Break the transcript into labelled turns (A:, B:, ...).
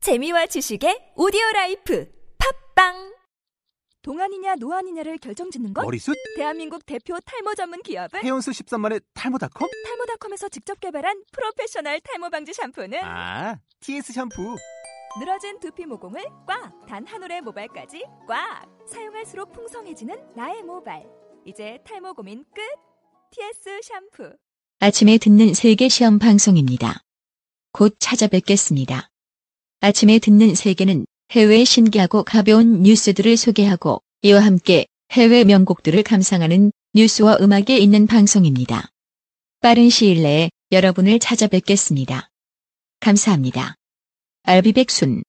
A: 재미와 지식의 오디오 라이프 팝빵
B: 동안이냐 노안이냐를 결정짓는 건
C: 머리숱
B: 대한민국 대표 탈모 전문 기업은
C: 헤어스 13만의 탈모닷컴
B: 탈모닷컴에서 직접 개발한 프로페셔널 탈모 방지 샴푸는
C: 아 TS 샴푸
B: 늘어진 두피 모공을 꽉 단 한 올의 모발까지 꽉 사용할수록 풍성해지는 나의 모발 이제 탈모 고민 끝 TS 샴푸
D: 아침에 듣는 세계 시험 방송입니다. 곧 찾아뵙겠습니다. 아침에 듣는 세계는 해외 신기하고 가벼운 뉴스들을 소개하고 이와 함께 해외 명곡들을 감상하는 뉴스와 음악에 있는 방송입니다. 빠른 시일 내에 여러분을 찾아뵙겠습니다. 감사합니다. 알비백순